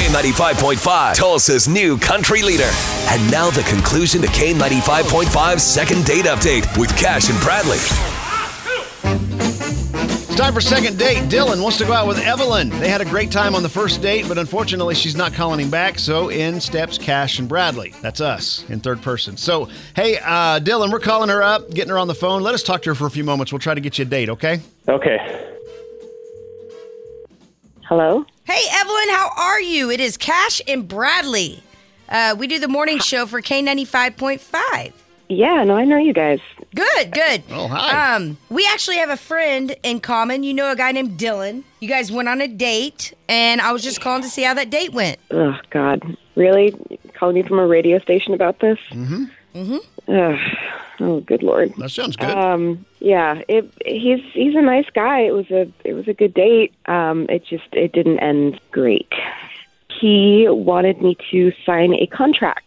K95.5, Tulsa's new country leader. And now the conclusion to K95.5's second date update with Cash and Bradley. It's time for second date. Dylan wants to go out with Evelyn. They had a great time on the first date, but unfortunately, she's not calling him back. So in steps Cash and Bradley. That's us in third person. So hey, uh, Dylan, we're calling her up, getting her on the phone. Let us talk to her for a few moments. We'll try to get you a date. Okay? Okay. Hello? Hey, Evelyn, how are you? It is Cash and Bradley. Uh, we do the morning show for K95.5. Yeah, no, I know you guys. Good, good. Oh, hi. Um, we actually have a friend in common. You know a guy named Dylan. You guys went on a date, and I was just calling to see how that date went. Oh, God. Really? Calling me from a radio station about this? Mm-hmm. Mm-hmm. oh, good Lord. That sounds good. Um, yeah, it, he's he's a nice guy. It was a it was a good date. Um, it just it didn't end great. He wanted me to sign a contract.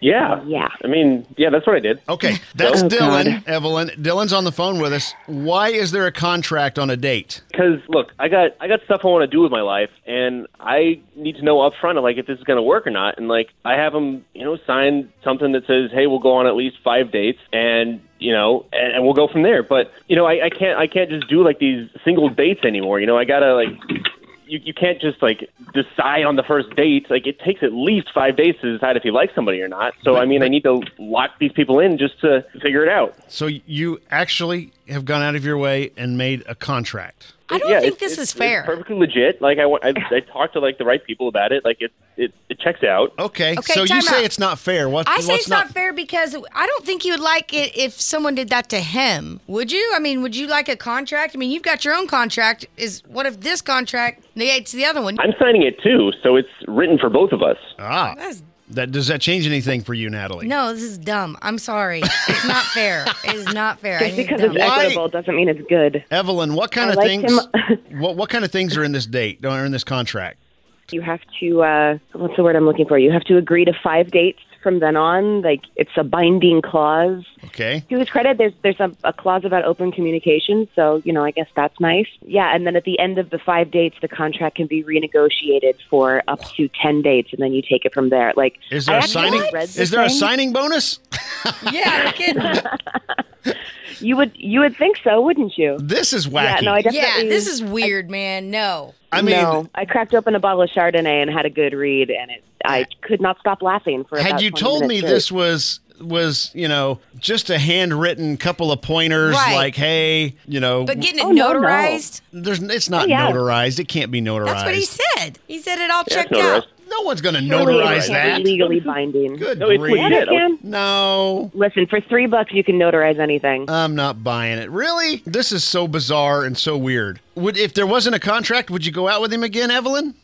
Yeah. Yeah. I mean, yeah, that's what I did. okay, that's Oh, Dylan. God. Evelyn, Dylan's on the phone with us. Why is there a contract on a date? Because look, I got I got stuff I want to do with my life, and I need to know up front, like if this is going to work or not. And like I have him, you know, sign something that says, "Hey, we'll go on at least five dates," and you know, and, and we'll go from there. But you know, I, I can't I can't just do like these single dates anymore. You know, I gotta like. You, you can't just like decide on the first date. Like it takes at least five days to decide if you like somebody or not. So I mean, I need to lock these people in just to figure it out. So you actually have gone out of your way and made a contract. I don't yeah, think it's- this it's- is fair. It's perfectly legit. Like I, wa- I, I talked to like the right people about it. Like it, it, it checks out. Okay, Okay, so you time say out. it's not fair. What, I say what's it's not, fair because I don't think you would like it if someone did that to him. Would you? I mean, would you like a contract? I mean, you've got your own contract. Is what if this contract negates the other one? I'm signing it too, so it's written for both of us. Ah, That's- that does that change anything for you, Natalie? no, this is dumb. I'm sorry. It's not fair. It is not fair. I Just think because it's it's dumb. Why? equitable doesn't mean it's good. Evelyn, what kind I of like things? what what kind of things are in this date? Are in this contract? you have to uh what's the word i'm looking for you have to agree to five dates from then on like it's a binding clause Okay. to his credit there's there's a, a clause about open communication so you know i guess that's nice yeah and then at the end of the five dates the contract can be renegotiated for up to 10 dates and then you take it from there like Is there I a actually signing? read the Is there a thing. signing bonus? Yeah, no kidding. you would you would think so wouldn't you This is yeah wacky. no i yeah, definitely this is weird, man. No. I mean, no, I cracked open a bottle of Chardonnay and had a good read, and it, I could not stop laughing for. had about you 20 told me minutes straight. this was was you know just a handwritten couple of pointers Right. like hey you know But getting it Oh, no, no. notarized, there's it's not Oh, yeah. notarized it can't be notarized that's what he said. He said it all Yeah, checked it's notarized. out. no one's gonna Surely it notarize can't that be legally binding. good No, it's grief. Yeah, it legit. can. no Listen, for three bucks, you can notarize anything. I'm not buying it really this is so bizarre and so weird would if there wasn't a contract would you go out with him again Evelyn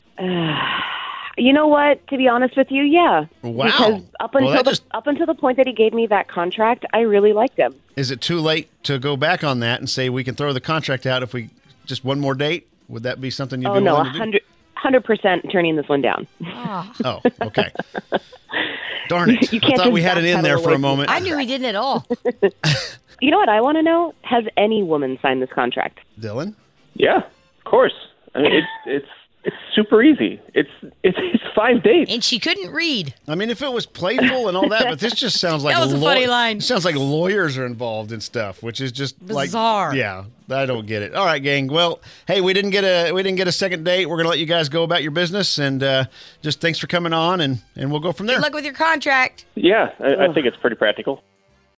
you know what? To be honest with you, yeah. Wow. Because up Well, until that the, just- up until the point that he gave me that contract, I really liked him. is it too late to go back on that and say we can throw the contract out if we just one more date would that be something you'd Oh be no, willing to a do? hundred hundred percent turning this one down. Oh, okay. Darn it. You I can't thought we just had it in backpedal there for away a from moment. I knew he didn't at all. You know what I want to know? Has any woman signed this contract? Dylan? Yeah, of course. I mean, it's it's it's super easy. It's it's, it's five dates. And she couldn't read. I mean, if it was playful and all that, but this just sounds like That was a funny law- line. it sounds like lawyers are involved in stuff, which is just Bizarre. Like, yeah, I don't get it. All right, gang. Well, hey, we didn't get a we didn't get a second date. We're gonna let you guys go about your business, and uh, just thanks for coming on, and and we'll go from there. Good luck with your contract. Yeah, I, I think it's pretty practical.